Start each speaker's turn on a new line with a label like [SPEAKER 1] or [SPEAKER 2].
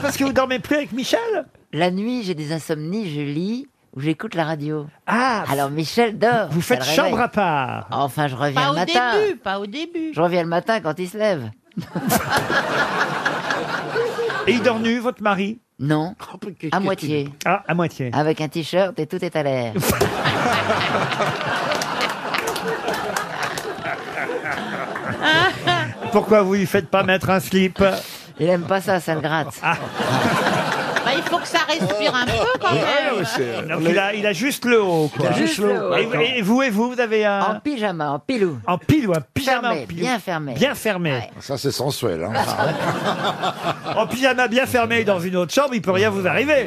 [SPEAKER 1] parce que vous dormez plus avec Michel
[SPEAKER 2] La nuit, j'ai des insomnies, je lis ou j'écoute la radio.
[SPEAKER 1] Ah
[SPEAKER 2] Alors Michel dort.
[SPEAKER 1] Vous faites
[SPEAKER 2] ça le réveille.
[SPEAKER 1] chambre à part
[SPEAKER 2] Enfin, je reviens
[SPEAKER 3] Pas
[SPEAKER 2] le
[SPEAKER 3] au
[SPEAKER 2] matin.
[SPEAKER 3] début, pas au début.
[SPEAKER 2] Je reviens le matin quand il se lève.
[SPEAKER 1] Et il dort nu, votre mari
[SPEAKER 2] Non, à moitié,
[SPEAKER 1] Ah, à moitié.
[SPEAKER 2] avec un t-shirt et tout est à l'air.
[SPEAKER 1] Pourquoi vous lui faites pas mettre un slip
[SPEAKER 2] Il aime pas ça, ça le gratte.
[SPEAKER 1] Ah,
[SPEAKER 3] Bah, il faut que ça respire un peu quand même.
[SPEAKER 1] Donc, il, a, il a juste le haut, quoi.
[SPEAKER 2] Juste le haut.
[SPEAKER 1] Et, et vous et vous, vous avez
[SPEAKER 2] En
[SPEAKER 1] un.
[SPEAKER 2] pyjama, en pilou.
[SPEAKER 1] En pile ou un ah. pyjama
[SPEAKER 2] Fermé,
[SPEAKER 1] en pile
[SPEAKER 2] bien fermé.
[SPEAKER 1] Bien fermé.
[SPEAKER 4] Ça, c'est sensuel. Hein.
[SPEAKER 1] En pyjama bien fermé dans une autre chambre, il peut rien vous arriver.